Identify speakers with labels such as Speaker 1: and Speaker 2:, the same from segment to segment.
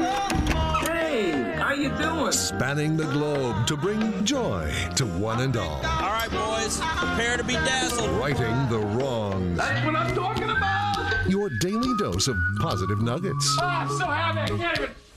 Speaker 1: Hey, how you doing?
Speaker 2: Spanning the globe to bring joy to one and all.
Speaker 3: All right, boys, prepare to be dazzled.
Speaker 2: Righting the wrongs.
Speaker 1: That's what I'm talking about.
Speaker 2: Your daily dose of positive nuggets.
Speaker 1: Oh, I'm so happy I can't even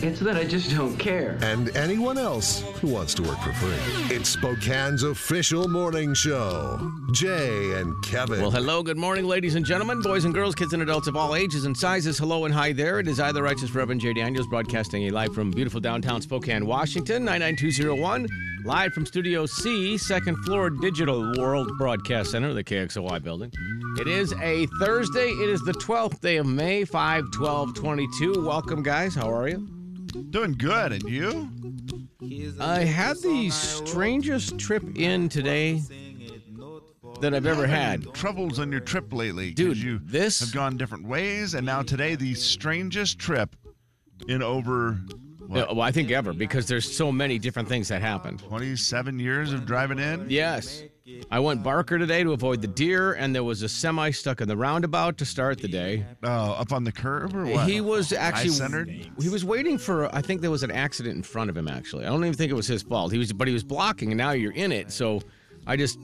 Speaker 4: it's that I just don't care.
Speaker 2: and anyone else who wants to work for free. It's Spokane's official morning show. Jay and Kevin.
Speaker 3: Well, hello, good morning, ladies and gentlemen, boys and girls, kids and adults of all ages and sizes. Hello and hi there. It is I, the Righteous Reverend Jay Daniels, broadcasting a live from beautiful downtown Spokane, Washington, 99201, live from Studio C, second floor Digital World Broadcast Center, the KXOY building. It is a Thursday. It is the 12th day of May, 5 12 22. Welcome, guys. How are you?
Speaker 5: Doing good, and you?
Speaker 3: I had the strangest trip in today that I've ever had.
Speaker 5: Troubles on your trip lately, 'cause
Speaker 3: Dude,
Speaker 5: You
Speaker 3: this-
Speaker 5: have gone different ways, and now today the strangest trip in over
Speaker 3: Uh, Well, I think ever because there's so many different things that happened.
Speaker 5: 27 years of driving in.
Speaker 3: Yes. I went Barker today to avoid the deer, and there was a semi stuck in the roundabout to start the day.
Speaker 5: Oh, up on the curb or what?
Speaker 3: He was actually
Speaker 5: centered?
Speaker 3: He was waiting for. I think there was an accident in front of him. Actually, I don't even think it was his fault. He was, but he was blocking, and now you're in it. So, I just,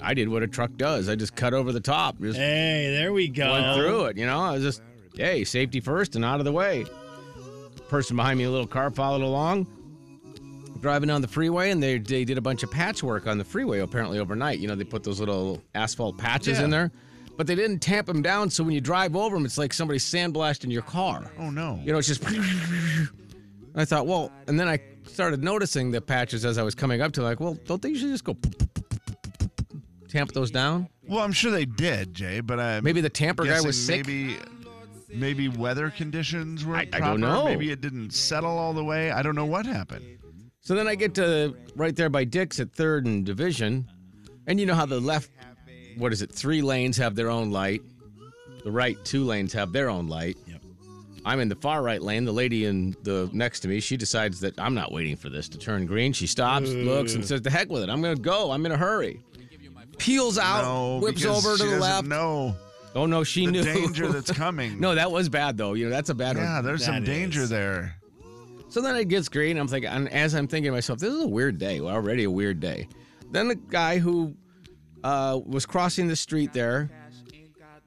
Speaker 3: I did what a truck does. I just cut over the top. Just
Speaker 6: Hey, there we go.
Speaker 3: went through it. You know, I was just, hey, safety first and out of the way. Person behind me, a little car followed along, driving on the freeway, and they they did a bunch of patchwork on the freeway apparently overnight. You know, they put those little asphalt patches in there, but they didn't tamp them down. So when you drive over them, it's like somebody sandblasting your car.
Speaker 5: Oh, no.
Speaker 3: You know, it's just. I thought, well, and then I started noticing the patches as I was coming up to, like, well, don't they usually just go tamp those down?
Speaker 5: well, I'm sure they did, Jay, but I
Speaker 3: Maybe the tamper guy was sick.
Speaker 5: Maybe, maybe weather conditions were
Speaker 3: I- I don't know.
Speaker 5: Maybe it didn't settle all the way. I don't know what happened.
Speaker 3: So then I get to right there by Dick's at third and division. And you know how the left, what is it, three lanes have their own light. The right two lanes have their own light. Yep. I'm in the far right lane. The lady in the next to me, she decides that I'm not waiting for this to turn green. She stops, looks, and says, "The heck with it! I'm gonna go. I'm in a hurry." Peels out,
Speaker 5: No,
Speaker 3: whips
Speaker 5: because
Speaker 3: over to
Speaker 5: she
Speaker 3: the
Speaker 5: doesn't
Speaker 3: left.
Speaker 5: know
Speaker 3: oh no, she
Speaker 5: the
Speaker 3: knew
Speaker 5: danger that's coming.
Speaker 3: no, that was bad though. You know that's a bad one.
Speaker 5: yeah, there's some
Speaker 6: That
Speaker 5: danger
Speaker 6: is.
Speaker 5: there.
Speaker 3: So then it gets green. I'm thinking, and as I'm thinking to myself, this is a weird day. Well, already a weird day. Then the guy who uh, was crossing the street there,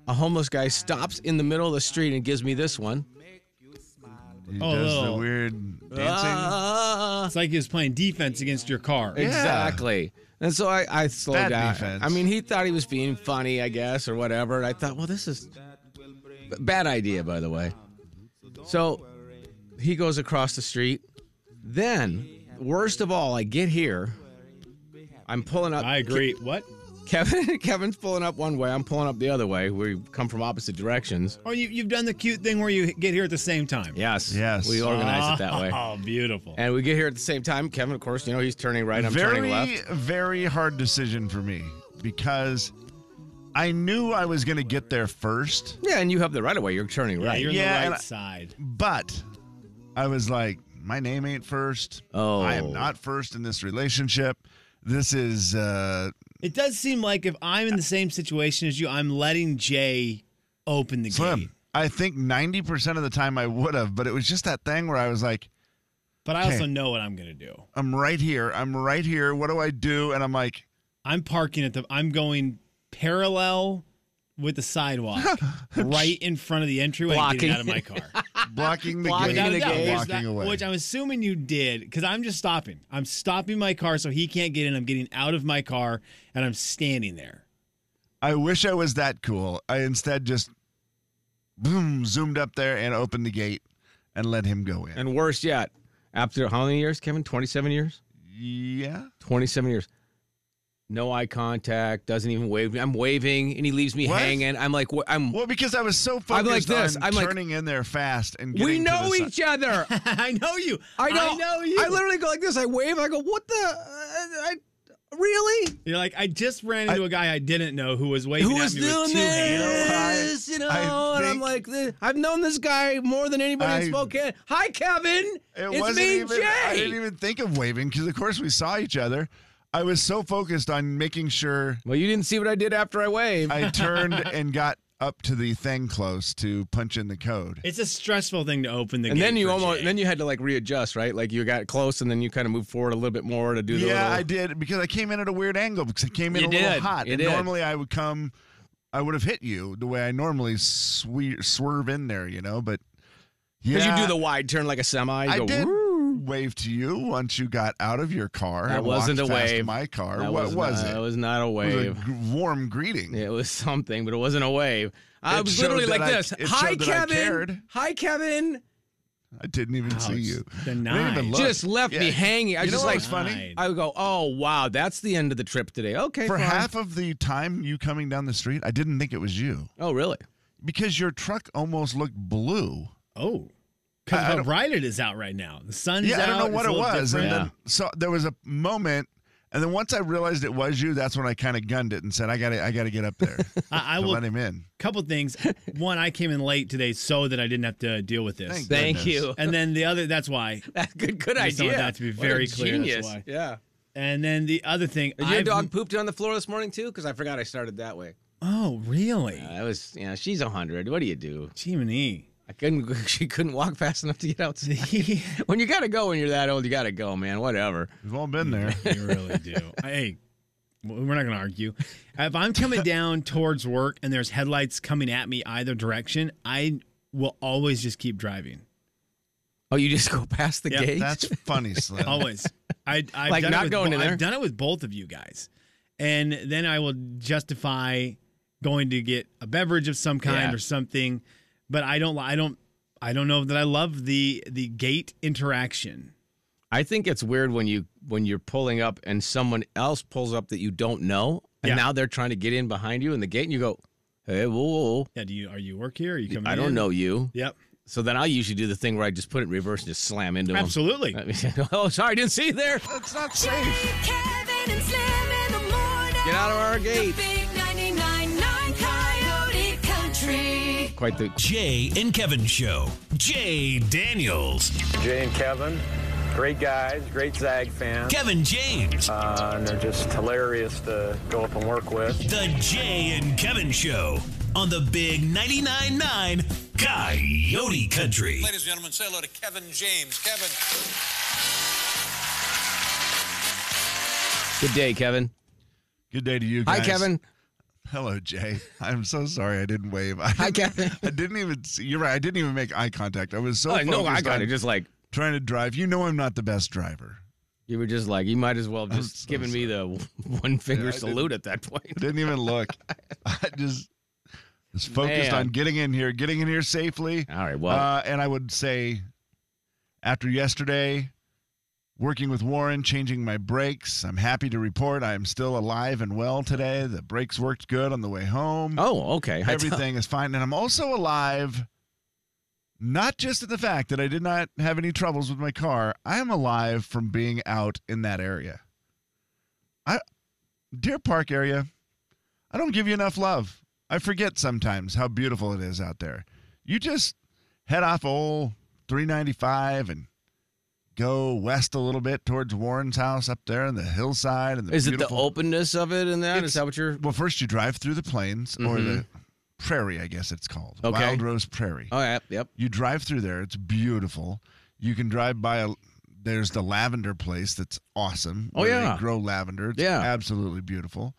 Speaker 3: a homeless guy, stops in the middle of the street and gives me this one.
Speaker 5: He
Speaker 6: Oh,
Speaker 5: does the
Speaker 6: little-
Speaker 5: weird dancing.
Speaker 3: Ah,
Speaker 6: It's like he was playing defense against your car.
Speaker 3: exactly. And so I, I slowed
Speaker 5: Bad
Speaker 3: down.
Speaker 5: defense.
Speaker 3: I mean, he thought he was being funny, I guess, or whatever. And I thought, well, this is b- bad idea, by the way. So he goes across the street. Then, worst of all, I get here. I'm pulling up.
Speaker 6: I agree. What?
Speaker 3: Kevin Kevin's pulling up one way, I'm pulling up the other way. We come from opposite directions.
Speaker 6: Oh, you, you've done the cute thing where you get here at the same time.
Speaker 3: Yes.
Speaker 5: Yes.
Speaker 3: We organize it that way.
Speaker 6: Oh, beautiful.
Speaker 3: And we get here at the same time. Kevin, of course, you know, he's turning right, I'm
Speaker 5: very,
Speaker 3: turning left.
Speaker 5: very hard decision for me because I knew I was going to get there first,
Speaker 3: Yeah, and you have the right of way. You're turning
Speaker 6: yeah,
Speaker 3: right.
Speaker 6: you're
Speaker 5: Yeah,
Speaker 6: on the
Speaker 5: and
Speaker 6: right
Speaker 5: I-
Speaker 6: side.
Speaker 5: but I was like, my name ain't first.
Speaker 3: Oh.
Speaker 5: I am not first in this relationship. This is uh,
Speaker 6: It does seem like if I'm in the same situation as you, I'm letting Jay open the gate.
Speaker 5: Slim. I think 90% of the time I would have, but it was just that thing where I was like,
Speaker 6: But I also
Speaker 5: Okay.
Speaker 6: know what I'm going to do.
Speaker 5: I'm right here. I'm right here. What do I do? And I'm like,
Speaker 6: I'm parking at the. I'm going parallel with the sidewalk, right in front of the entryway, and getting
Speaker 3: Blocking.
Speaker 6: out of my car.
Speaker 5: blocking the
Speaker 3: Blocking
Speaker 5: gate.
Speaker 6: Without a
Speaker 3: the
Speaker 6: doubt,
Speaker 3: gate.
Speaker 6: which
Speaker 5: Walking
Speaker 6: that-
Speaker 5: away.
Speaker 6: Which I'm assuming you did, because I'm just stopping. I'm stopping my car so he can't get in. I'm getting out of my car and I'm standing there.
Speaker 5: I wish I was that cool. I instead just boom zoomed up there and opened the gate and let him go in.
Speaker 3: And worse yet, after how many years, Kevin? 27 years?
Speaker 5: yeah.
Speaker 3: 27 years. No eye contact, doesn't even wave. I'm waving, and he leaves me
Speaker 5: What?
Speaker 3: hanging. I'm like, wh- I'm.
Speaker 5: Well, because I was so
Speaker 3: I'm
Speaker 5: focused
Speaker 3: like this.
Speaker 5: on
Speaker 3: I'm like-
Speaker 5: turning in there fast and getting
Speaker 3: we
Speaker 5: to
Speaker 3: know
Speaker 5: the si-
Speaker 3: each other.
Speaker 6: I know you.
Speaker 3: I know.
Speaker 6: I know you.
Speaker 3: uh, I literally go like this. I wave. I go, what the? I, Really?
Speaker 6: You're like, I just ran into a guy I didn't know who was waving
Speaker 3: Who
Speaker 6: at
Speaker 3: was
Speaker 6: me with
Speaker 3: doing
Speaker 6: two hands.
Speaker 3: this? You know,
Speaker 5: I
Speaker 3: and I'm like,
Speaker 5: think-
Speaker 3: "Th- I've known this guy more than anybody in
Speaker 5: I-
Speaker 3: Spokane. Hi, Kevin.
Speaker 5: It
Speaker 3: it's
Speaker 5: wasn't
Speaker 3: me,
Speaker 5: even,
Speaker 3: Jay.
Speaker 5: I didn't even think of waving because, of course, we saw each other. I was so focused on making sure
Speaker 3: well, you didn't see what I did after I waved.
Speaker 5: I turned and got up to the thing close to punch in the code.
Speaker 6: It's a stressful thing to open the
Speaker 3: and
Speaker 6: gate
Speaker 3: then you
Speaker 6: for
Speaker 3: almost,
Speaker 6: Jay.
Speaker 3: then you had to like readjust, right? Like you got close, and then you kind of moved forward a little bit more to do the
Speaker 5: yeah,
Speaker 3: little.
Speaker 5: I did because I came in at a weird angle because I came in
Speaker 3: You
Speaker 5: a little
Speaker 3: did.
Speaker 5: hot.
Speaker 3: You
Speaker 5: and
Speaker 3: did.
Speaker 5: normally I would come, I would have hit you the way I normally swe- swerve in there, you know. But
Speaker 3: Because
Speaker 5: yeah,
Speaker 3: you do the wide turn like a semi. You
Speaker 5: I
Speaker 3: go,
Speaker 5: did
Speaker 3: "Woo."
Speaker 5: wave to you once you got out of your car.
Speaker 3: That
Speaker 5: and
Speaker 3: wasn't
Speaker 5: walked
Speaker 3: a
Speaker 5: past
Speaker 3: wave.
Speaker 5: My car.
Speaker 3: That
Speaker 5: what
Speaker 3: was,
Speaker 5: was
Speaker 3: not-
Speaker 5: it?
Speaker 3: That was not a
Speaker 5: It was
Speaker 3: wave.
Speaker 5: a g- warm greeting.
Speaker 3: It was something, but it wasn't a wave. I
Speaker 5: It
Speaker 3: was
Speaker 5: showed
Speaker 3: literally
Speaker 5: that
Speaker 3: like
Speaker 5: I-
Speaker 3: this.
Speaker 5: it
Speaker 3: Hi,
Speaker 5: showed that I
Speaker 3: Kevin.
Speaker 5: cared.
Speaker 3: Hi, Kevin.
Speaker 5: I didn't even
Speaker 6: Ouch.
Speaker 5: see you.
Speaker 6: The
Speaker 5: I didn't even
Speaker 6: nine.
Speaker 5: look.
Speaker 3: Just left me hanging. I was
Speaker 5: you know
Speaker 3: just
Speaker 5: what
Speaker 3: like-
Speaker 5: was funny?
Speaker 6: Nine.
Speaker 3: I would go, oh, wow, that's the end of the trip today. Okay.
Speaker 5: For
Speaker 3: fine.
Speaker 5: half of the time you coming down the street, I didn't think it was you
Speaker 3: Oh, really?
Speaker 5: because your truck almost looked blue.
Speaker 6: Oh. Because
Speaker 5: I- I
Speaker 6: how
Speaker 5: don't-
Speaker 6: bright it is out right now. The sun's
Speaker 5: Yeah,
Speaker 6: out.
Speaker 5: I don't know what
Speaker 6: it's
Speaker 5: it
Speaker 6: a little
Speaker 5: was. And
Speaker 6: different.
Speaker 5: then so there was a moment, and then once I realized it was you, that's when I kind of gunned it and said, "I got to, I got to get up there."
Speaker 6: I, I
Speaker 5: to
Speaker 6: will.
Speaker 5: let him in.
Speaker 6: couple things. One, I came in late today so that I didn't have to deal with this.
Speaker 5: Thank
Speaker 3: Thank
Speaker 5: Goodness.
Speaker 3: you.
Speaker 6: and then the other, that's why.
Speaker 3: That good good
Speaker 6: I just
Speaker 3: idea.
Speaker 6: wanted that to be
Speaker 3: What a
Speaker 6: very clear, that's
Speaker 3: Genius.
Speaker 6: why.
Speaker 3: Yeah.
Speaker 6: And then the other thing.
Speaker 3: Did your
Speaker 6: I've-
Speaker 3: dog pooped on the floor this morning too? Because I forgot I started that way.
Speaker 6: Oh, really?
Speaker 3: I was, yeah. She's hundred. What do you do?
Speaker 6: Jiminy.
Speaker 3: I couldn't. She couldn't walk fast enough to get outside.
Speaker 6: you
Speaker 3: when you gotta go, when you're that old, you gotta go, man. Whatever.
Speaker 5: We've all been there.
Speaker 6: really do. hey, w- we're not going to argue. If I'm coming down towards work and there's headlights coming at me either direction, I will always just keep driving.
Speaker 3: Oh, you just go past the
Speaker 6: Yeah,
Speaker 3: gate.
Speaker 5: That's funny, Slim.
Speaker 3: Oh.
Speaker 6: Always. I, I've
Speaker 3: Like,
Speaker 6: done
Speaker 3: not
Speaker 6: it with
Speaker 3: going
Speaker 6: bo-
Speaker 3: in there?
Speaker 6: I've done it with both of you guys, and then I will justify going to get a beverage of some kind
Speaker 3: Yeah.
Speaker 6: or something. But I don't. li- I don't. I don't know that I love the the gate interaction.
Speaker 3: I think it's weird when you when you're pulling up and someone else pulls up that you don't know, and
Speaker 6: Yeah.
Speaker 3: now they're trying to get in behind you in the gate, and you go, "Hey, whoa, whoa,
Speaker 6: Yeah. Do you are you work here? Are you
Speaker 3: whoa.
Speaker 6: coming?
Speaker 3: I don't
Speaker 6: in?
Speaker 3: know you."
Speaker 6: Yep.
Speaker 3: So then I usually do the thing where I just put it in reverse and just slam into
Speaker 6: Absolutely.
Speaker 3: them. oh, sorry, didn't see you there.
Speaker 5: That's not
Speaker 7: Jay,
Speaker 5: safe.
Speaker 7: Kevin, and Slim in the morning.
Speaker 3: Get out of our
Speaker 7: The
Speaker 3: gate.
Speaker 7: big 99.9 Coyote Country.
Speaker 3: Quite the
Speaker 8: Jay and Kevin Show. Jay Daniels.
Speaker 9: Jay and Kevin, great guys, great Zag fans.
Speaker 8: Kevin James.
Speaker 9: Uh, and they're just hilarious to go up and work with.
Speaker 8: The Jay and Kevin Show on the Big 99.9 9 Coyote Country.
Speaker 10: Ladies and gentlemen, say hello to Kevin James. Kevin.
Speaker 3: good day, Kevin.
Speaker 5: Good day to you
Speaker 3: Hi,
Speaker 5: guys.
Speaker 3: Kevin.
Speaker 5: Hello, Jay. I'm so sorry I didn't wave. I
Speaker 3: Hi,
Speaker 5: didn't-
Speaker 3: Kevin.
Speaker 5: I didn't even see. You're right. I didn't even make eye contact. I was so
Speaker 3: oh, no, I
Speaker 5: focused
Speaker 3: got
Speaker 5: on
Speaker 3: it. Just like
Speaker 5: trying to drive. You know I'm not the best driver.
Speaker 3: you were just like you might as well just
Speaker 5: so
Speaker 3: giving me the one finger salute at that point.
Speaker 5: I didn't even look. I just was focused
Speaker 3: Man.
Speaker 5: on getting in here, getting in here safely.
Speaker 3: All right, well-
Speaker 5: uh, and I would say after yesterday, working with Warren, changing my brakes, I'm happy to report I am still alive and well today. The brakes worked good on the way home.
Speaker 3: Oh, okay. I thought-
Speaker 5: Everything is fine. And I'm also alive, not just in the fact that I did not have any troubles with my car, I am alive from being out in that area. I Deer Park area, I don't give you enough love. I forget sometimes how beautiful it is out there. You just head off old 395 and go west a little bit towards Warren's house up there in the hillside and the
Speaker 3: Is it the
Speaker 5: beautiful
Speaker 3: openness of it and that? Is
Speaker 5: It's-
Speaker 3: that what you're?
Speaker 5: well, first you drive through the plains or
Speaker 3: Mhm.
Speaker 5: the prairie, I guess it's called.
Speaker 3: Okay.
Speaker 5: Wild Rose Prairie.
Speaker 3: Oh, yeah, yep.
Speaker 5: You drive through there. It's beautiful. You can drive by a. There's the lavender place that's awesome.
Speaker 3: Oh,
Speaker 5: where
Speaker 3: yeah.
Speaker 5: They grow lavender. It's
Speaker 3: Yeah.
Speaker 5: Absolutely beautiful.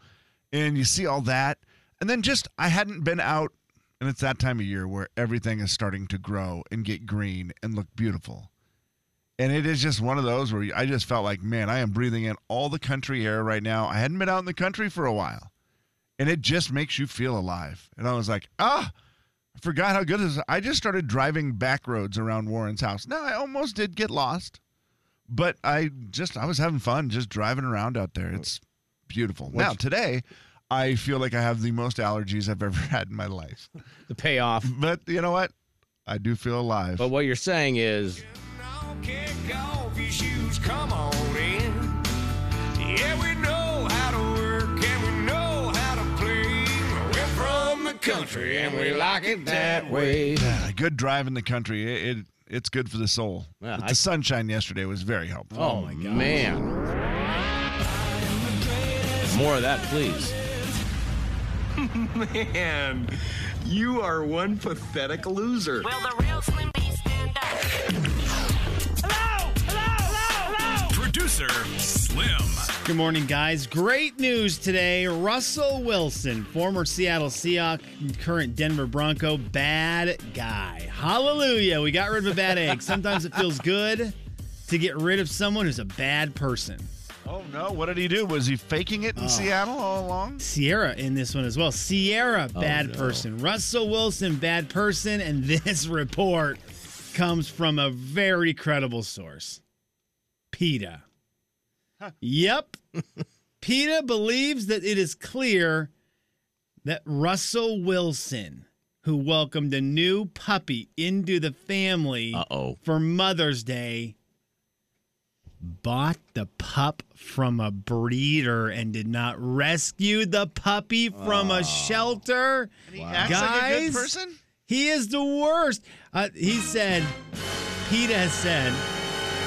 Speaker 5: And you see all that. And then just, I hadn't been out, and it's that time of year where everything is starting to grow and get green and look beautiful. And it is just one of those where I just felt like, man, I am breathing in all the country air right now. I hadn't been out in the country for a while. And it just makes you feel alive. And I was like, ah, I forgot how good this is. I just started driving back roads around Warren's house. Now, I almost did get lost, but I just, I was having fun just driving around out there. It's beautiful. Now, today, I feel like I have the most allergies I've ever had in my life.
Speaker 3: The payoff.
Speaker 5: But you know what? I do feel alive.
Speaker 3: But what you're saying is,
Speaker 10: Kick off your shoes, come on in. Yeah, we know
Speaker 3: country, and we like it that way.
Speaker 5: Yeah, good drive in the country. It, it it's good for the soul. But the sunshine yesterday was very helpful.
Speaker 3: Oh, my God. man. More of that, please.
Speaker 11: Man, you are one pathetic loser.
Speaker 12: Will the real Slim Beast stand up?
Speaker 8: Oh. Producer Slim.
Speaker 6: Good morning, guys. Great news today. Russell Wilson, former Seattle Seahawk, current Denver Bronco, bad guy. Hallelujah. We got rid of a bad egg. Sometimes it feels good to get rid of someone who's a bad person.
Speaker 5: Oh no! Oh. What did he do? Was he faking it in Seattle all along?
Speaker 6: Sierra in this one as well. Sierra,
Speaker 5: Oh,
Speaker 6: bad
Speaker 5: no.
Speaker 6: person. Russell Wilson, bad person. And this report comes from a very credible source PETA. Yep. PETA believes that it is clear that Russell Wilson, who welcomed a new puppy into the family for Mother's Day, bought the pup from a breeder and did not rescue the puppy from a shelter.
Speaker 5: acts like a good person?
Speaker 6: He is the worst. Uh, he said, PETA has said,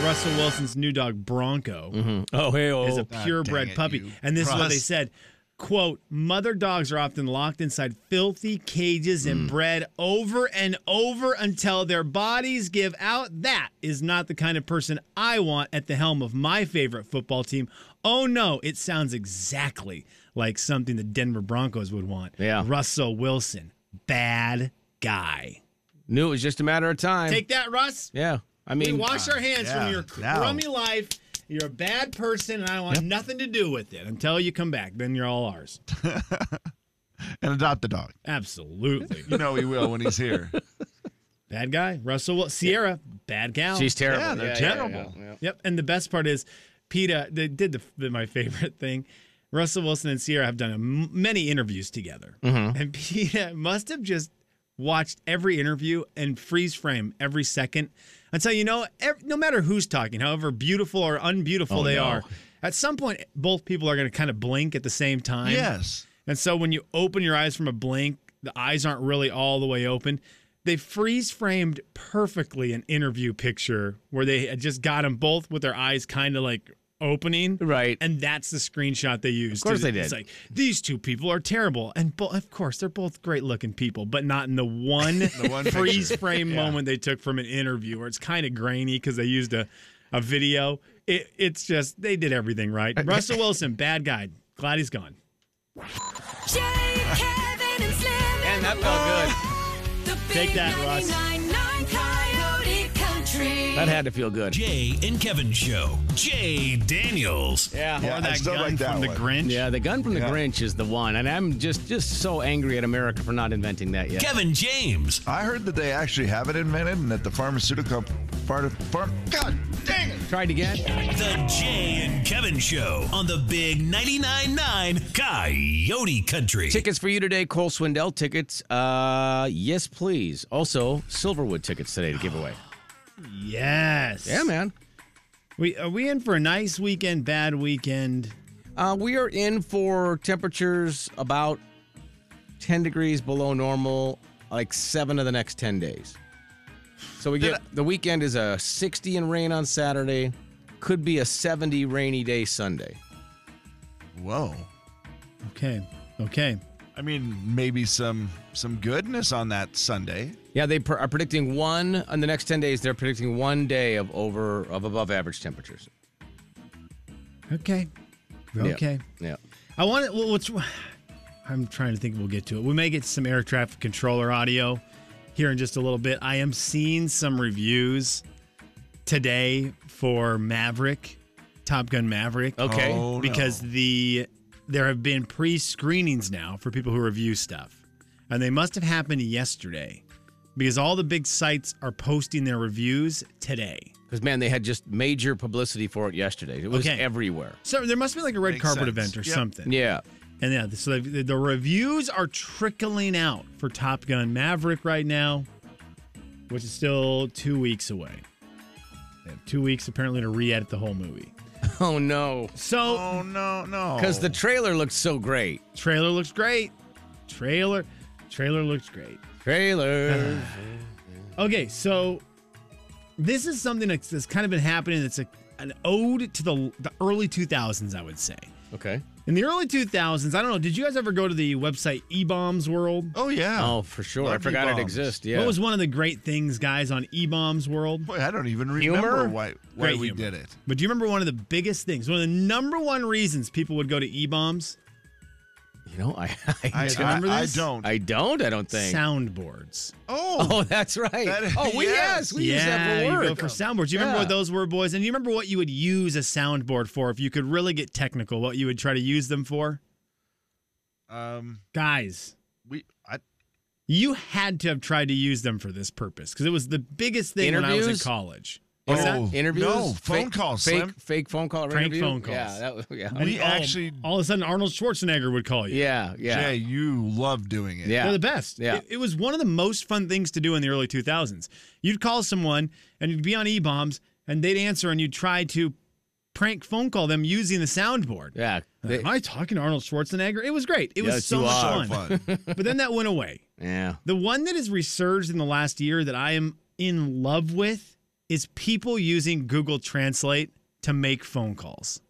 Speaker 6: Russell Wilson's new dog Bronco
Speaker 3: Oh, hey, oh.
Speaker 6: is a
Speaker 3: God
Speaker 6: purebred
Speaker 3: dang it,
Speaker 6: puppy.
Speaker 3: you
Speaker 6: And this is what they
Speaker 3: crust.
Speaker 6: said. Quote, mother dogs are often locked inside filthy cages
Speaker 3: Mm.
Speaker 6: and bred over and over until their bodies give out. That is not the kind of person I want at the helm of my favorite football team. Oh no, it sounds exactly like something the Denver Broncos would want. Yeah. Russell Wilson, bad guy.
Speaker 3: Knew it was just a matter of time.
Speaker 6: Take that, Russ.
Speaker 3: Yeah. I mean, uh,
Speaker 6: we wash our hands
Speaker 3: Yeah,
Speaker 6: from your
Speaker 3: now.
Speaker 6: crummy life. You're a bad person, and I want nothing to do with it until you come back. Then you're all ours.
Speaker 5: and adopt the dog.
Speaker 6: Absolutely.
Speaker 5: You know he will when he's here.
Speaker 6: Bad guy, Russell Wil- Sierra, bad gal.
Speaker 5: She's terrible. Yeah, they're terrible.
Speaker 6: Yep. And the best part is, PETA they did the, the- my favorite thing. Russell Wilson and Sierra have done a m- many interviews together,
Speaker 5: Mm-hmm.
Speaker 3: Mhm.
Speaker 6: and PETA must have just watched every interview and freeze frame every second until you know, ev- no matter who's talking, however beautiful or unbeautiful
Speaker 3: Oh,
Speaker 6: they
Speaker 3: no.
Speaker 6: are, at some point both people are going to kind of blink at the same time.
Speaker 5: Yes.
Speaker 6: And so when you open your eyes from a blink, the eyes aren't really all the way open. They freeze framed perfectly an interview picture where they had just got them both with their eyes kind of like opening.
Speaker 3: Right.
Speaker 6: And that's the screenshot they used.
Speaker 3: course they
Speaker 6: It's
Speaker 3: did.
Speaker 6: like, these two people are terrible. And bo- of course, they're both great looking people, but not in the one,
Speaker 5: The one picture.
Speaker 6: freeze frame
Speaker 5: Yeah.
Speaker 6: moment they took from an interview where it's kind of grainy because they used a, a video. It, it's just, they did everything right. Russell Wilson, bad guy. Glad he's gone.
Speaker 7: Jay, Kevin, and Slim. And that felt good.
Speaker 3: Take that, Russ.
Speaker 7: Coyote Country.
Speaker 3: That had to feel good.
Speaker 8: Jay and Kevin Show. Jay Daniels.
Speaker 3: Yeah,
Speaker 8: or that gun from the
Speaker 6: Grinch.
Speaker 3: Yeah, the gun from the
Speaker 8: Yeah.
Speaker 3: Grinch is the one, and I'm just just so angry at America for not inventing that yet.
Speaker 8: Kevin James.
Speaker 13: I heard that they actually have it invented and that the pharmaceutical part of farm. God dang it!
Speaker 3: Tried again.
Speaker 8: The Jay and Kevin Show on the Big 99.9 9 Coyote Country.
Speaker 3: Tickets for you today, Cole Swindell tickets. Uh, yes, please. Also, Silverwood tickets today to give away.
Speaker 6: Yes.
Speaker 3: Yeah, man.
Speaker 6: We are we in for a nice weekend, bad weekend?
Speaker 3: Uh, we are in for temperatures about 10 degrees below normal, like seven of the next 10 days. So we get the weekend is a 60 and rain on Saturday, could be a 70 rainy day Sunday.
Speaker 5: Whoa.
Speaker 6: Okay. Okay.
Speaker 5: I mean, maybe some some goodness on that Sunday.
Speaker 3: Yeah, they pr- are predicting one on the next 10 days, they're predicting one day of over of above average temperatures.
Speaker 6: Okay.
Speaker 3: Yeah.
Speaker 6: Okay.
Speaker 3: Yeah.
Speaker 6: I want to. Well, what's? I'm trying to think. We'll get to it. We may get some air traffic controller audio here in just a little bit. I am seeing some reviews today for Maverick, Top Gun Maverick.
Speaker 3: Okay. Oh, no.
Speaker 6: because the there have been pre screenings now for people who review stuff, and they must have happened yesterday because all the big sites are posting their reviews today.
Speaker 3: Because man, they had just major publicity for it yesterday. It was
Speaker 6: Okay.
Speaker 3: everywhere.
Speaker 6: So there must be like a red
Speaker 3: Makes
Speaker 6: carpet
Speaker 3: sense.
Speaker 6: event or
Speaker 3: Yep.
Speaker 6: something.
Speaker 3: Yeah.
Speaker 6: And yeah, so the, the reviews are trickling out for Top Gun Maverick right now, which is still two weeks away. They have two weeks apparently to re edit the whole movie.
Speaker 3: Oh no.
Speaker 6: So
Speaker 3: Oh.
Speaker 5: Oh, no, no.
Speaker 3: Because the trailer looked so great.
Speaker 6: Trailer looks great. Trailer. Trailer looks great.
Speaker 3: Trailer.
Speaker 6: okay, so this is something that's, that's kind of been happening. That's a, an ode to the the early 2000s, I would say.
Speaker 3: Okay.
Speaker 6: In the early 2000s, I don't know. Did you guys ever go to the website eBombs World?
Speaker 5: Oh yeah.
Speaker 3: Oh, for sure. I
Speaker 5: Love
Speaker 3: forgot it
Speaker 5: E-bombs.
Speaker 3: exists. Yeah.
Speaker 6: What was one of the great things, guys, on eBombs World?
Speaker 5: Boy, I don't even
Speaker 3: Humor?
Speaker 5: remember why why
Speaker 6: Great
Speaker 5: we
Speaker 6: humor.
Speaker 5: did it.
Speaker 6: But do you remember one of the biggest things? One of the number one reasons people would go to eBombs?
Speaker 3: you know, I I,
Speaker 5: I,
Speaker 3: don't-
Speaker 5: I,
Speaker 6: remember
Speaker 5: I
Speaker 6: this?
Speaker 5: don't.
Speaker 3: I don't. I don't think.
Speaker 6: Soundboards.
Speaker 5: oh,
Speaker 3: Oh, that's right.
Speaker 5: That-
Speaker 3: oh, we yes,
Speaker 5: yes.
Speaker 3: we use
Speaker 6: yeah,
Speaker 3: that for
Speaker 6: you
Speaker 3: work.
Speaker 6: go for soundboards. You remember
Speaker 3: Yeah.
Speaker 6: what those were, boys? And you remember what you would use a soundboard for if you could really get technical, what you would try to use them for? Oh.
Speaker 5: um,
Speaker 6: Guys,
Speaker 5: we I,
Speaker 6: you had to have tried to use them for this purpose because it was the biggest thing when I was
Speaker 3: Interviews? Oh.
Speaker 6: in college.
Speaker 5: What's
Speaker 6: that?
Speaker 3: interviews.
Speaker 5: No, phone
Speaker 3: fake,
Speaker 5: calls,
Speaker 3: Fake
Speaker 5: Slim.
Speaker 3: fake phone call. or
Speaker 6: Prank
Speaker 3: interview?
Speaker 6: phone calls.
Speaker 3: Yeah. That, was- yeah.
Speaker 6: And
Speaker 5: We
Speaker 6: all-
Speaker 5: actually-
Speaker 6: all of a sudden, Arnold Schwarzenegger would call you.
Speaker 3: Yeah. Yeah.
Speaker 5: Jay, you love doing it.
Speaker 3: Yeah.
Speaker 6: They're the best.
Speaker 3: Yeah.
Speaker 6: It, it was one of the most fun things to do in the early 2000s. You'd call someone and you'd be on E bombs and they'd answer and you'd try to prank phone call them using the soundboard.
Speaker 3: Yeah. They-
Speaker 6: Am I talking to Arnold Schwarzenegger? It was great. It was
Speaker 3: Yes,
Speaker 6: so
Speaker 3: you
Speaker 6: much
Speaker 3: are.
Speaker 6: fun. but then that went away.
Speaker 3: yeah.
Speaker 6: The one that has resurged in the last year that I am in love with is people using Google Translate to make phone calls.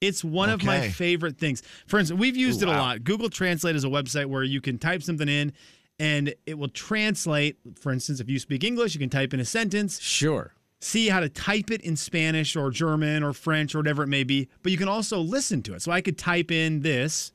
Speaker 6: It's one of my
Speaker 5: Okay.
Speaker 6: favorite things. For instance, we've used
Speaker 5: Ooh,
Speaker 6: it a
Speaker 5: wow.
Speaker 6: lot. Google Translate is a website where you can type something in and it will translate. For instance, if you speak English, you can type in a sentence,
Speaker 3: Sure.
Speaker 6: see how to type it in Spanish or German or French or whatever it may be, but you can also listen to it. So I could type in this.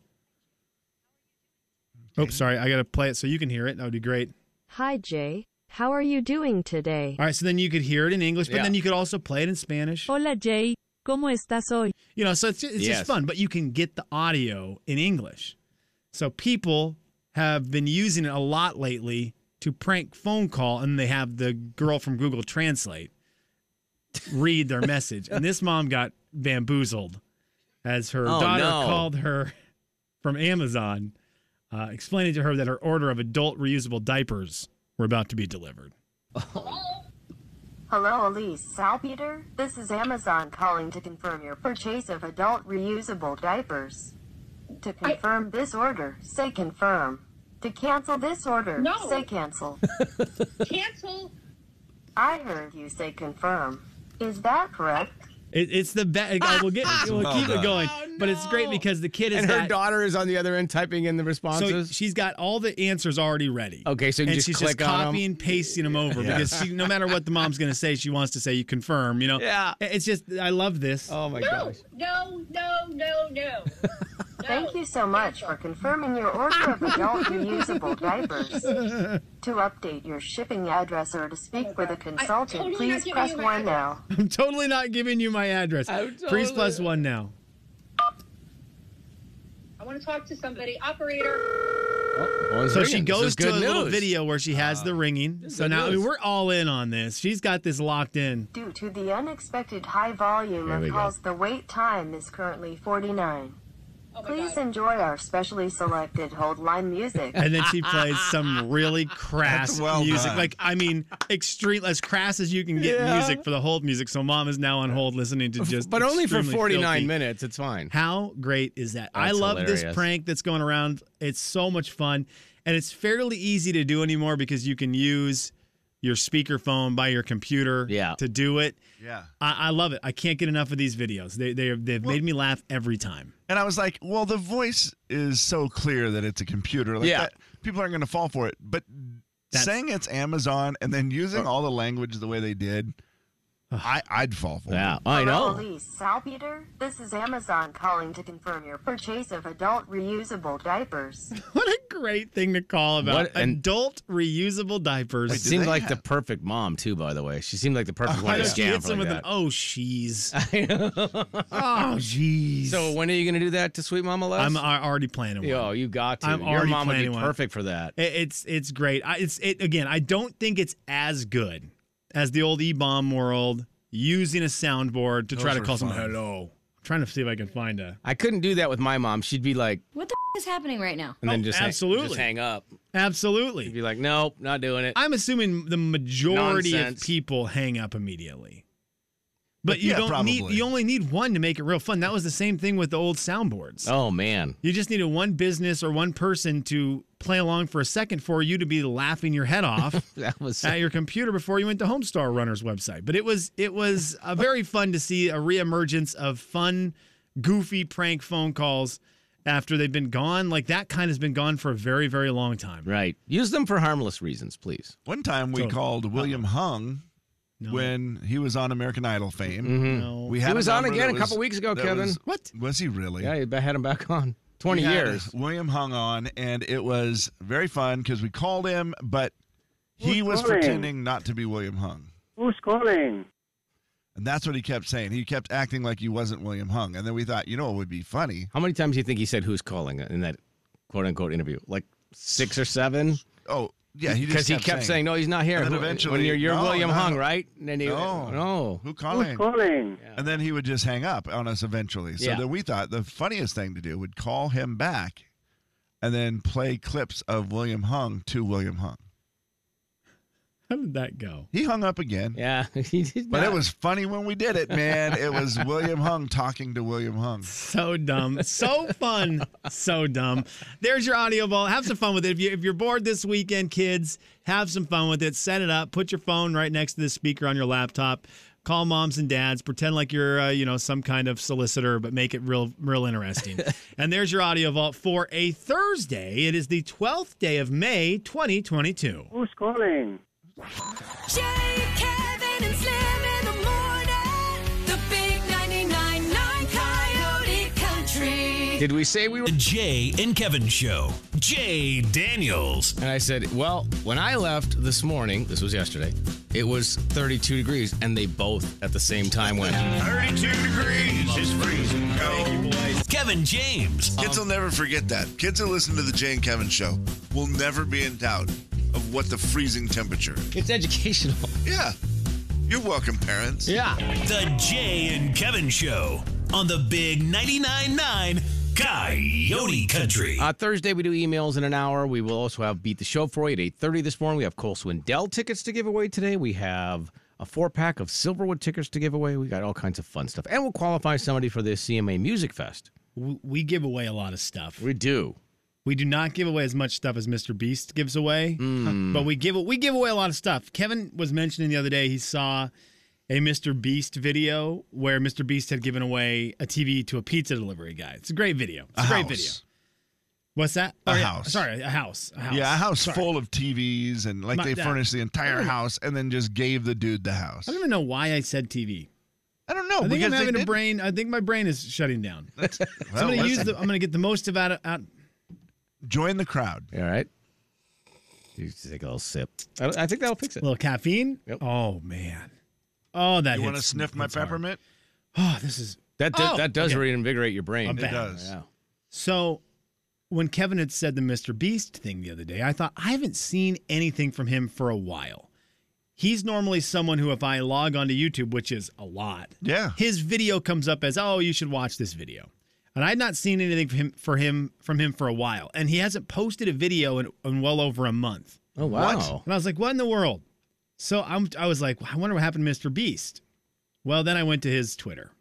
Speaker 6: Oops, sorry. I got to play it so you can hear it. That would be great.
Speaker 14: Hi, Jay. How are you doing today?
Speaker 6: All right, so then you could hear it in English, but
Speaker 3: Yeah.
Speaker 6: then you could also play it in Spanish.
Speaker 14: Hola, Jay. ¿Cómo estás hoy?
Speaker 6: You know, so it's, it's
Speaker 3: Yes.
Speaker 6: just fun, but you can get the audio in English. So people have been using it a lot lately to prank phone call, and they have the girl from Google Translate read their message. And this mom got bamboozled as her
Speaker 3: Oh,
Speaker 6: daughter
Speaker 3: no.
Speaker 6: called her from Amazon, uh, explaining to her that her order of adult reusable diapers were about to be delivered.
Speaker 15: Hello, Elise Salpeter. This is Amazon calling to confirm your purchase of adult reusable diapers. To confirm this order, say confirm. To cancel this order,
Speaker 16: No.
Speaker 15: say cancel.
Speaker 16: Cancel.
Speaker 15: I heard you say confirm. Is that correct?
Speaker 6: It, it's the best. We'll get. We'll
Speaker 5: well
Speaker 6: keep
Speaker 5: done.
Speaker 6: it going, but it's great because the kid is
Speaker 3: Oh, And her
Speaker 6: got-
Speaker 3: daughter is on the other end typing in the
Speaker 6: So
Speaker 3: responses.
Speaker 6: she's got all the answers already ready.
Speaker 3: okay, so you
Speaker 6: and
Speaker 3: can just
Speaker 6: she's
Speaker 3: click
Speaker 6: just
Speaker 3: on 'em.
Speaker 6: copying and pasting them over
Speaker 3: Yeah.
Speaker 6: because she, no matter what the mom's going to say, she wants to say you confirm. You know.
Speaker 3: Yeah.
Speaker 6: It's just I love this.
Speaker 3: Oh my
Speaker 16: No,
Speaker 3: gosh.
Speaker 16: no, no, no, no.
Speaker 15: Thank you so much for confirming your order of adult reusable diapers. To update your shipping address or to speak with a
Speaker 16: totally
Speaker 15: consultant,
Speaker 16: not
Speaker 15: please
Speaker 16: giving
Speaker 15: press
Speaker 16: you my
Speaker 15: one
Speaker 16: address.
Speaker 15: now.
Speaker 6: I'm totally not giving you my address.
Speaker 3: I'm
Speaker 6: Freeze
Speaker 3: totally-
Speaker 6: plus one now.
Speaker 16: I want to talk to somebody. Operator.
Speaker 3: One's
Speaker 6: So
Speaker 3: ringing.
Speaker 6: she
Speaker 3: This
Speaker 6: goes
Speaker 3: is
Speaker 6: to
Speaker 3: good
Speaker 6: a little
Speaker 3: news. Ah.
Speaker 6: video where she has the ringing.
Speaker 3: is
Speaker 6: So
Speaker 3: good
Speaker 6: now I mean,
Speaker 3: news.
Speaker 6: we're all in on this. She's got this locked in.
Speaker 15: Due to the unexpected high volume
Speaker 3: Here we
Speaker 15: of
Speaker 3: go.
Speaker 15: calls, the wait time is currently 49.
Speaker 16: Oh my
Speaker 15: Please
Speaker 16: God.
Speaker 15: enjoy our specially selected hold line music.
Speaker 6: and then she plays some really crass
Speaker 5: That's well
Speaker 6: music.
Speaker 5: done.
Speaker 6: Like I mean, extreme as crass as you can get
Speaker 3: Yeah.
Speaker 6: music for the hold music. So mom is now on hold listening to just
Speaker 3: but only for
Speaker 6: extremely
Speaker 3: 49
Speaker 6: filthy-
Speaker 3: minutes. It's fine.
Speaker 6: How great is that? I
Speaker 3: That's
Speaker 6: love this
Speaker 3: hilarious.
Speaker 6: prank that's going around. It's so much fun, and it's fairly easy to do anymore because you can use your speakerphone by your computer
Speaker 3: Yeah.
Speaker 6: to do it.
Speaker 5: yeah.
Speaker 6: I, I love it. I can't get enough of these videos. They they they've made me laugh every time.
Speaker 5: And I was like, well, the voice is so clear that it's a computer. Like
Speaker 3: Yeah.
Speaker 5: that, people aren't going to fall for it. But
Speaker 6: That's-
Speaker 5: saying it's Amazon and then using all the language the way they did, I, I'd fall for
Speaker 3: Yeah,
Speaker 5: it.
Speaker 3: I
Speaker 15: Hello,
Speaker 3: know.
Speaker 15: Elise Salpeter. This is Amazon calling to confirm your purchase of adult reusable diapers.
Speaker 6: What a great thing to call about
Speaker 3: What an-
Speaker 6: adult reusable diapers.
Speaker 3: It
Speaker 5: do
Speaker 3: seemed
Speaker 5: they
Speaker 3: like the
Speaker 5: have-
Speaker 3: perfect mom too. By the way, she seemed like the perfect one
Speaker 6: Why
Speaker 3: to
Speaker 6: don't you
Speaker 3: scam
Speaker 6: hit
Speaker 3: for
Speaker 6: some with
Speaker 3: like
Speaker 6: an
Speaker 3: that.
Speaker 6: oh she's oh jeez.
Speaker 3: So when are you going to do that to Sweet Mama Les?
Speaker 6: I'm al- already planning one.
Speaker 3: Yo, you got to.
Speaker 6: I'm
Speaker 3: Your
Speaker 6: already
Speaker 3: mom would be
Speaker 6: planning one.
Speaker 3: perfect for that.
Speaker 6: It- It's it's great. I, it's it again. I don't think it's as good as the old e bomb world using a soundboard to try
Speaker 5: Those
Speaker 6: to
Speaker 5: were
Speaker 6: call someone
Speaker 5: fun.
Speaker 6: hello. I'm trying to see if I can find a
Speaker 3: I couldn't do that with my mom. She'd be like,
Speaker 12: What the f- is happening right now?
Speaker 3: and then
Speaker 6: Oh,
Speaker 3: just hang-
Speaker 6: absolutely.
Speaker 3: just hang up. She'd
Speaker 6: absolutely.
Speaker 3: be like, nope, not doing it.
Speaker 6: I'm assuming the majority
Speaker 3: Nonsense.
Speaker 6: of people hang up immediately. But you
Speaker 5: Yeah,
Speaker 6: don't need
Speaker 5: probably.
Speaker 6: you only need one to make it real fun. That was the same thing with the old soundboards.
Speaker 3: oh man,
Speaker 6: You just needed one business or one person to play along for a second for you to be laughing your head off
Speaker 3: that was
Speaker 6: at your computer before you went to Homestar Runner's website. But it was it was uh, very fun to see a reemergence of fun, goofy prank phone calls after they've been gone. Like that kind has been gone for a very very long time.
Speaker 3: Right. Use them for harmless reasons, please.
Speaker 5: One time we
Speaker 3: Totally.
Speaker 5: called William Hung when he was on American Idol fame.
Speaker 3: Mhm. No.
Speaker 5: We
Speaker 3: He
Speaker 5: had
Speaker 3: was on
Speaker 5: number
Speaker 3: again
Speaker 5: that
Speaker 3: a couple weeks ago,
Speaker 5: that
Speaker 3: Kevin.
Speaker 5: was-
Speaker 3: What?
Speaker 5: Was he really?
Speaker 3: Yeah, I had him back on. 20
Speaker 5: We had
Speaker 3: years.
Speaker 5: William Hung on, and it was very fun because we called him, but he
Speaker 17: Who's
Speaker 5: was
Speaker 17: calling?
Speaker 5: pretending not to be William Hung.
Speaker 17: Who's calling?
Speaker 5: And that's what he kept saying. He kept acting like he wasn't William Hung. And then we thought, you know, it would be funny.
Speaker 3: How many times do you think he said who's calling in that quote unquote interview? Like six or seven?
Speaker 5: Oh, yeah, he just
Speaker 3: Because he
Speaker 5: kept
Speaker 3: kept saying,
Speaker 5: saying-
Speaker 3: no, he's not here.
Speaker 5: And then
Speaker 3: Who-
Speaker 5: eventually,
Speaker 3: when you're, you're
Speaker 5: no,
Speaker 3: William
Speaker 5: no.
Speaker 3: Hung, right? And then he,
Speaker 5: No.
Speaker 3: no.
Speaker 5: "Oh, Who calling?
Speaker 17: calling?
Speaker 5: And then he would just hang up on us eventually. So
Speaker 3: Yeah.
Speaker 5: then we thought the funniest thing to do would call him back and then play clips of William Hung to William Hung.
Speaker 6: How did that go?
Speaker 5: He hung up again.
Speaker 3: Yeah.
Speaker 5: But it was funny when we did it, man. It was William Hung talking to William Hung.
Speaker 6: So dumb. So fun. So dumb. There's your audio ball. Have some fun with it. If, you, if you're bored this weekend, kids, have some fun with it. Set it up. Put your phone right next to the speaker on your laptop. Call moms and dads. Pretend like you're, uh, you know, some kind of solicitor, but make it real, real interesting. and there's your audio vault for a Thursday. It is the 12th day of May, 2022.
Speaker 17: Who's calling?
Speaker 7: Jay, Kevin, and Slim in the morning. The big 99.9 Coyote Country.
Speaker 3: Did we say we were? The
Speaker 8: Jay and Kevin Show. Jay Daniels.
Speaker 3: And I said, well, when I left this morning, this was yesterday, it was 32 degrees, and they both at the same time went.
Speaker 8: 32 degrees is freezing cold. Kevin James.
Speaker 13: Kids will never forget that. Kids who listen to the Jay and Kevin show will never be in doubt of what the freezing temperature is.
Speaker 3: It's educational.
Speaker 13: Yeah. You're welcome, parents.
Speaker 3: Yeah.
Speaker 8: The Jay and Kevin Show on the Big 99.9 9 Coyote Country.
Speaker 3: Uh, Thursday we do emails in an hour. We will also have beat the show for you at eight thirty this morning. We have Cole Swindell tickets to give away today. We have a four pack of Silverwood tickets to give away. We got all kinds of fun stuff, and we'll qualify somebody for the CMA Music Fest.
Speaker 6: W- We give away a lot of stuff.
Speaker 3: We do.
Speaker 6: We do not give away as much stuff as Mr. Beast gives away,
Speaker 5: Hmm.
Speaker 6: but we give we give away a lot of stuff. Kevin was mentioning the other day he saw a Mr. Beast video where Mr. Beast had given away a TV to a pizza delivery guy. It's a great video. It's a,
Speaker 5: A
Speaker 6: great
Speaker 5: house.
Speaker 6: video. What's that? Oh,
Speaker 5: A
Speaker 6: yeah.
Speaker 5: house.
Speaker 6: Sorry, a house. A house.
Speaker 5: Yeah, a house
Speaker 6: Sorry.
Speaker 5: full of TVs and like
Speaker 6: My-
Speaker 5: they
Speaker 6: that-
Speaker 5: furnished the entire
Speaker 6: Right.
Speaker 5: house and then just gave the dude the house.
Speaker 6: I don't even know why I said TV.
Speaker 5: I don't know.
Speaker 6: I think
Speaker 5: Oh, because
Speaker 6: I'm
Speaker 5: they
Speaker 6: having a
Speaker 5: didn't-
Speaker 6: brain. I think my brain is shutting down.
Speaker 5: Well,
Speaker 6: I'm gonna use
Speaker 5: listen.
Speaker 6: the. I'm gonna get the most of out of out.
Speaker 5: Join the crowd.
Speaker 3: All right. You just take a little sip. I, I think that'll fix it.
Speaker 6: A little caffeine. Oh man. Oh, that.
Speaker 5: You want to
Speaker 6: hits-
Speaker 5: sniff my
Speaker 6: hits hard.
Speaker 5: peppermint?
Speaker 6: Oh, this is
Speaker 3: That do-
Speaker 6: Oh,
Speaker 3: that does
Speaker 6: okay.
Speaker 3: reinvigorate your brain.
Speaker 6: I'm back.
Speaker 3: Yeah.
Speaker 6: So when Kevin had said the Mr. Beast thing the other day, I thought I haven't seen anything from him for a while. He's normally someone who, if I log onto YouTube, which is a lot,
Speaker 5: yeah,
Speaker 6: his video comes up as, "Oh, you should watch this video," and I'd not seen anything from him for him from him for a while, and he hasn't posted a video in, in well over a month.
Speaker 3: Oh wow.
Speaker 6: And I was like, "What in the world?" So I'm, I was like, "I wonder what happened to Mr. Beast." Well, then I went to his Twitter.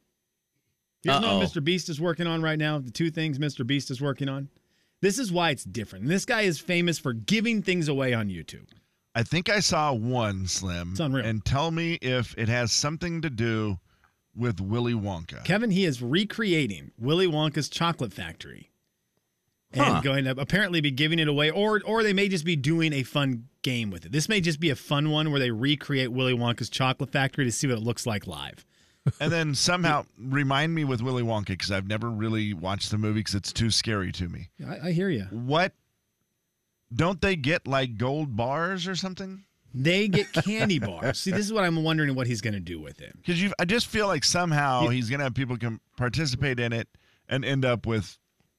Speaker 6: You guys know what
Speaker 3: Uh-oh.
Speaker 6: Mr. Beast is working on right now? The two things Mr. Beast is working on. This is why it's different. This guy is famous for giving things away on YouTube.
Speaker 5: I think I saw one slim.
Speaker 6: It's unreal.
Speaker 5: And tell me if it has something to do with Willy Wonka.
Speaker 6: Kevin, he is recreating Willy Wonka's chocolate factory
Speaker 5: Huh.
Speaker 6: and going to apparently be giving it away, or or they may just be doing a fun game with it. This may just be a fun one where they recreate Willy Wonka's chocolate factory to see what it looks like live.
Speaker 5: And then somehow remind me with Willy Wonka because I've never really watched the movie because it's too scary to me.
Speaker 6: I, I hear you.
Speaker 5: What? Don't they get like gold bars or something?
Speaker 6: They get candy bars. See, this is what I'm wondering what he's going to do with it.
Speaker 5: Because you, I just feel like somehow he's gonna have people can participate in it and end up with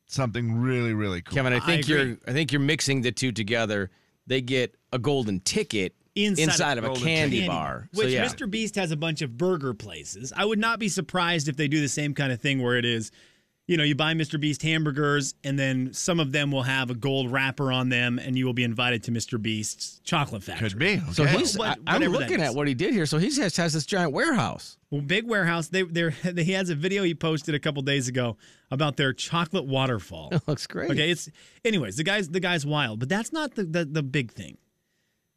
Speaker 5: something really, really cool.
Speaker 3: Kevin, I think you're I think you're mixing the two together. They get a golden ticket inside, of a
Speaker 6: Golden
Speaker 3: candy,
Speaker 6: Ticket.
Speaker 3: bar.
Speaker 6: Which
Speaker 3: so yeah.
Speaker 6: Mr. Beast has a bunch of burger places. I would not be surprised if they do the same kind of thing where it is you know, you buy Mr. Beast hamburgers, and then some of them will have a gold wrapper on them, and you will be invited to Mr. Beast's chocolate factory.
Speaker 5: Could be.
Speaker 3: So he's, I, am looking at what he did here. So he just has this giant warehouse.
Speaker 6: Well, big warehouse. They, they're, he has a video he posted a couple days ago about their chocolate waterfall.
Speaker 3: It looks great.
Speaker 6: Okay, it's anyways. The guy's the guy's wild, but that's not the the, the big thing.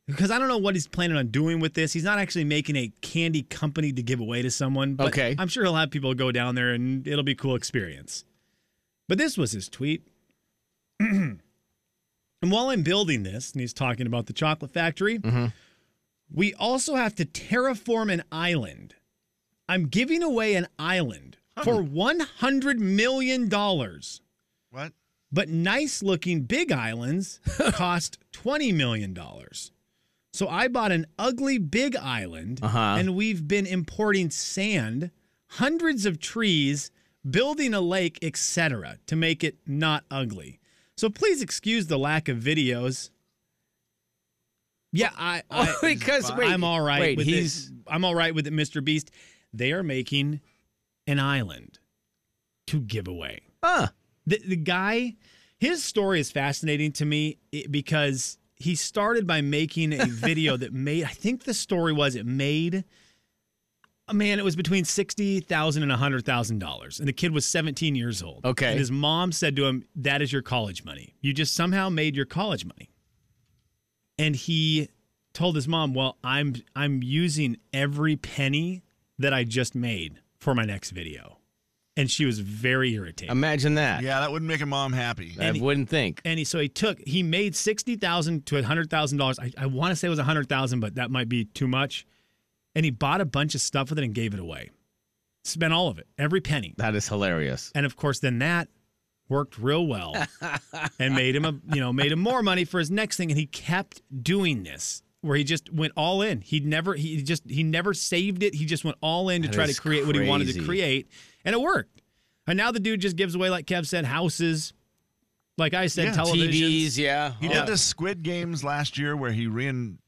Speaker 6: Because I don't know what he's planning on doing with this. He's not actually making a candy company to give away to someone. But
Speaker 3: Okay.
Speaker 6: I'm sure he'll have people go down there and it'll be a cool experience. But this was his tweet. and while I'm building this, and he's talking about the chocolate factory, we also have to terraform an island. I'm giving away an island for $100 million.
Speaker 5: What?
Speaker 6: But nice looking big islands cost $20 million. So I bought an ugly big island
Speaker 3: Uh-huh.
Speaker 6: and we've been importing sand, hundreds of trees, building a lake, etc. to make it not ugly. So please excuse the lack of videos. Yeah, I, I
Speaker 3: Oh, because- wait,
Speaker 6: I'm all right
Speaker 3: wait,
Speaker 6: with
Speaker 3: he's-
Speaker 6: it. I'm all right with it, Mr. Beast. They are making an island to give away.
Speaker 3: Huh.
Speaker 6: The, the guy, his story is fascinating to me i- because he started by making a video that made, I think the story was it made, uh, man, it was between $60,000 and $100,000. And the kid was 17 years old.
Speaker 3: Okay.
Speaker 6: And his mom said to him, That is your college money. You just somehow made your college money. And he told his mom, "Well, I'm I'm using every penny that I just made for my next video." And she was very irritated.
Speaker 3: Imagine that.
Speaker 5: Yeah, that wouldn't make a mom happy.
Speaker 3: I wouldn't think.
Speaker 6: And he, so he took he made sixty thousand to hundred thousand dollars. I, I want to say it was a hundred thousand, but that might be too much. And he bought a bunch of stuff with it and gave it away. Spent all of it, every penny.
Speaker 3: That is hilarious.
Speaker 6: And of course, then that worked real well and made him a you know made him more money for his next thing. And he kept doing this where he just went all in. He never he just he never saved it. He just went all in to
Speaker 3: That
Speaker 6: try to
Speaker 3: is
Speaker 6: create what he wanted to
Speaker 3: crazy.
Speaker 6: create, and it worked. And now the dude just gives away, like Kev said, houses. Like I said, televisions.
Speaker 3: yeah. Oh.
Speaker 5: He did the Squid Games last year where he rein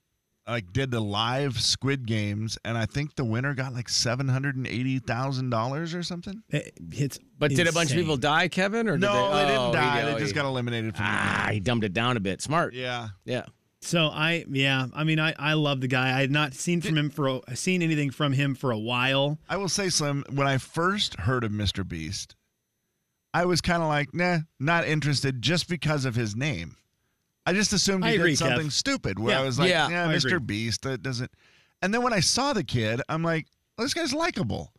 Speaker 5: like did the live Squid Games, and I think the winner got like seven hundred and eighty thousand dollars or something.
Speaker 6: It's
Speaker 3: But did a bunch of people die, Kevin? Or did
Speaker 5: No,
Speaker 3: they,
Speaker 5: they didn't
Speaker 3: oh,
Speaker 5: die.
Speaker 3: he-
Speaker 5: They
Speaker 3: oh,
Speaker 5: just
Speaker 3: he-
Speaker 5: got eliminated from
Speaker 3: Ah, he dumbed it down a bit. Smart.
Speaker 5: Yeah.
Speaker 3: Yeah.
Speaker 6: So I yeah, I mean I I love the guy. I had not seen from him for a, seen anything from him for a while.
Speaker 5: I will say, Slim, when I first heard of Mr. Beast, I was kind of like, nah, not interested just because of his name. I just assumed he
Speaker 6: I agree,
Speaker 5: did something
Speaker 6: Kev.
Speaker 5: stupid where
Speaker 6: Yeah.
Speaker 5: I was like,
Speaker 6: Yeah,
Speaker 5: yeah,
Speaker 6: I
Speaker 5: Mr.
Speaker 6: agree.
Speaker 5: Beast, that doesn't. And then when I saw the kid, I'm like, oh, this guy's likable.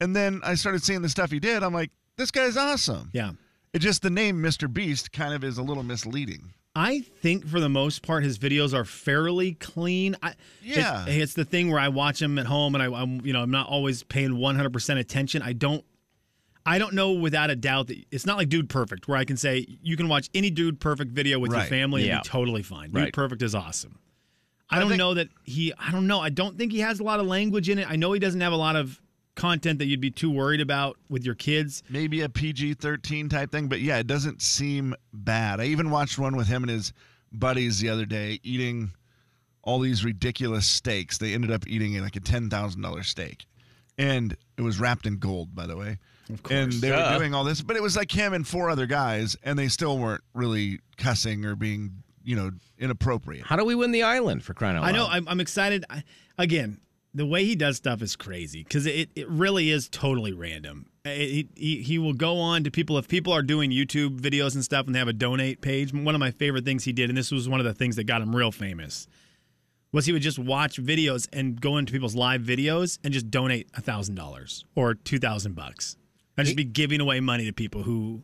Speaker 5: And then I started seeing the stuff he did. I'm like, this guy's awesome.
Speaker 6: Yeah.
Speaker 5: It just the name Mr. Beast kind of is a little misleading.
Speaker 6: I think for the most part his videos are fairly clean. I,
Speaker 5: Yeah.
Speaker 6: it's, it's the thing where I watch him at home and I, I'm you know I'm not always paying 100 percent attention. I don't I don't know without a doubt that it's not like Dude Perfect where I can say you can watch any Dude Perfect video with your
Speaker 5: Right.
Speaker 6: family
Speaker 3: Yeah.
Speaker 6: and be totally fine.
Speaker 3: Right.
Speaker 6: Dude Perfect is awesome. I don't know that he. I don't know. I don't think he has a lot of language in it. I know he doesn't have a lot of content that you'd be too worried about with your kids.
Speaker 5: maybe a PG 13 type thing, but yeah, it doesn't seem bad. I even watched one with him and his buddies the other day eating all these ridiculous steaks. They ended up eating like a $10,000 steak. And it was wrapped in gold, by the way. Of
Speaker 6: course.
Speaker 5: And they
Speaker 6: Duh.
Speaker 5: were doing all this, but it was like him and four other guys, and they still weren't really cussing or being, you know, inappropriate.
Speaker 3: How do we win the island for crying out loud?
Speaker 6: I know. I'm, I'm excited. I, again, the way he does stuff is crazy because it, it really is totally random. It, he, he will go on to people if people are doing YouTube videos and stuff and they have a donate page. One of my favorite things he did, and this was one of the things that got him real famous, was he would just watch videos and go into people's live videos and just donate a thousand dollars or two thousand bucks and just be giving away money to people who,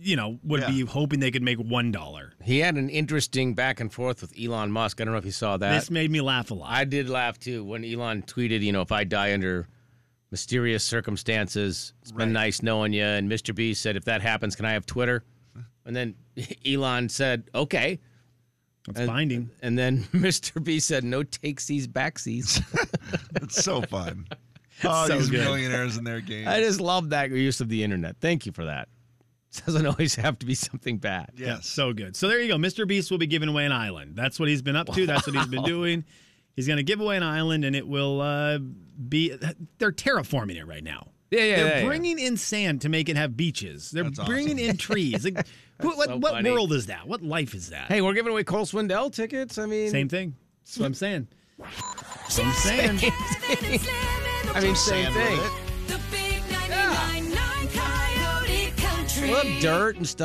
Speaker 6: you know, would
Speaker 3: Yeah.
Speaker 6: be hoping they could make one dollar.
Speaker 3: He had an interesting back and forth with Elon Musk. I don't know if you saw that.
Speaker 6: This made me laugh a lot.
Speaker 3: I did laugh too when Elon tweeted, you know, if I die under mysterious circumstances, it's been nice knowing you. And Mr. Beast said, if that happens, can I have Twitter? And then Elon said, okay.
Speaker 6: That's
Speaker 3: and,
Speaker 6: binding.
Speaker 3: And then Mr. Beast said, no takesies, backsies.
Speaker 5: It's so fun. Oh,
Speaker 3: So
Speaker 5: these
Speaker 3: good.
Speaker 5: millionaires in their game.
Speaker 3: I just love that use of the internet. Thank you for that. It doesn't always have to be something bad.
Speaker 6: Yeah, so good. So there you go. Mr. Beast will be giving away an island. That's what he's been up to. That's what he's been
Speaker 3: Wow.
Speaker 6: doing. He's going to give away an island, and it will uh, be. They're terraforming it right now.
Speaker 3: Yeah, yeah,
Speaker 6: They're
Speaker 3: yeah, yeah.
Speaker 6: bringing in sand to make it have beaches. They're
Speaker 3: That's
Speaker 6: bringing
Speaker 3: awesome.
Speaker 6: in trees. Like, who,
Speaker 3: That's
Speaker 6: what,
Speaker 3: so
Speaker 6: what
Speaker 3: funny.
Speaker 6: world is that? What life is that?
Speaker 3: Hey, we're giving away Cole Swindell tickets. I mean,
Speaker 6: Same thing. That's what I'm saying. That's what I'm
Speaker 3: Same
Speaker 6: saying.
Speaker 3: thing. I mean, same
Speaker 6: Sand with
Speaker 3: thing.
Speaker 15: The big 99.9 Coyote Country.
Speaker 3: Well, dirt and stuff.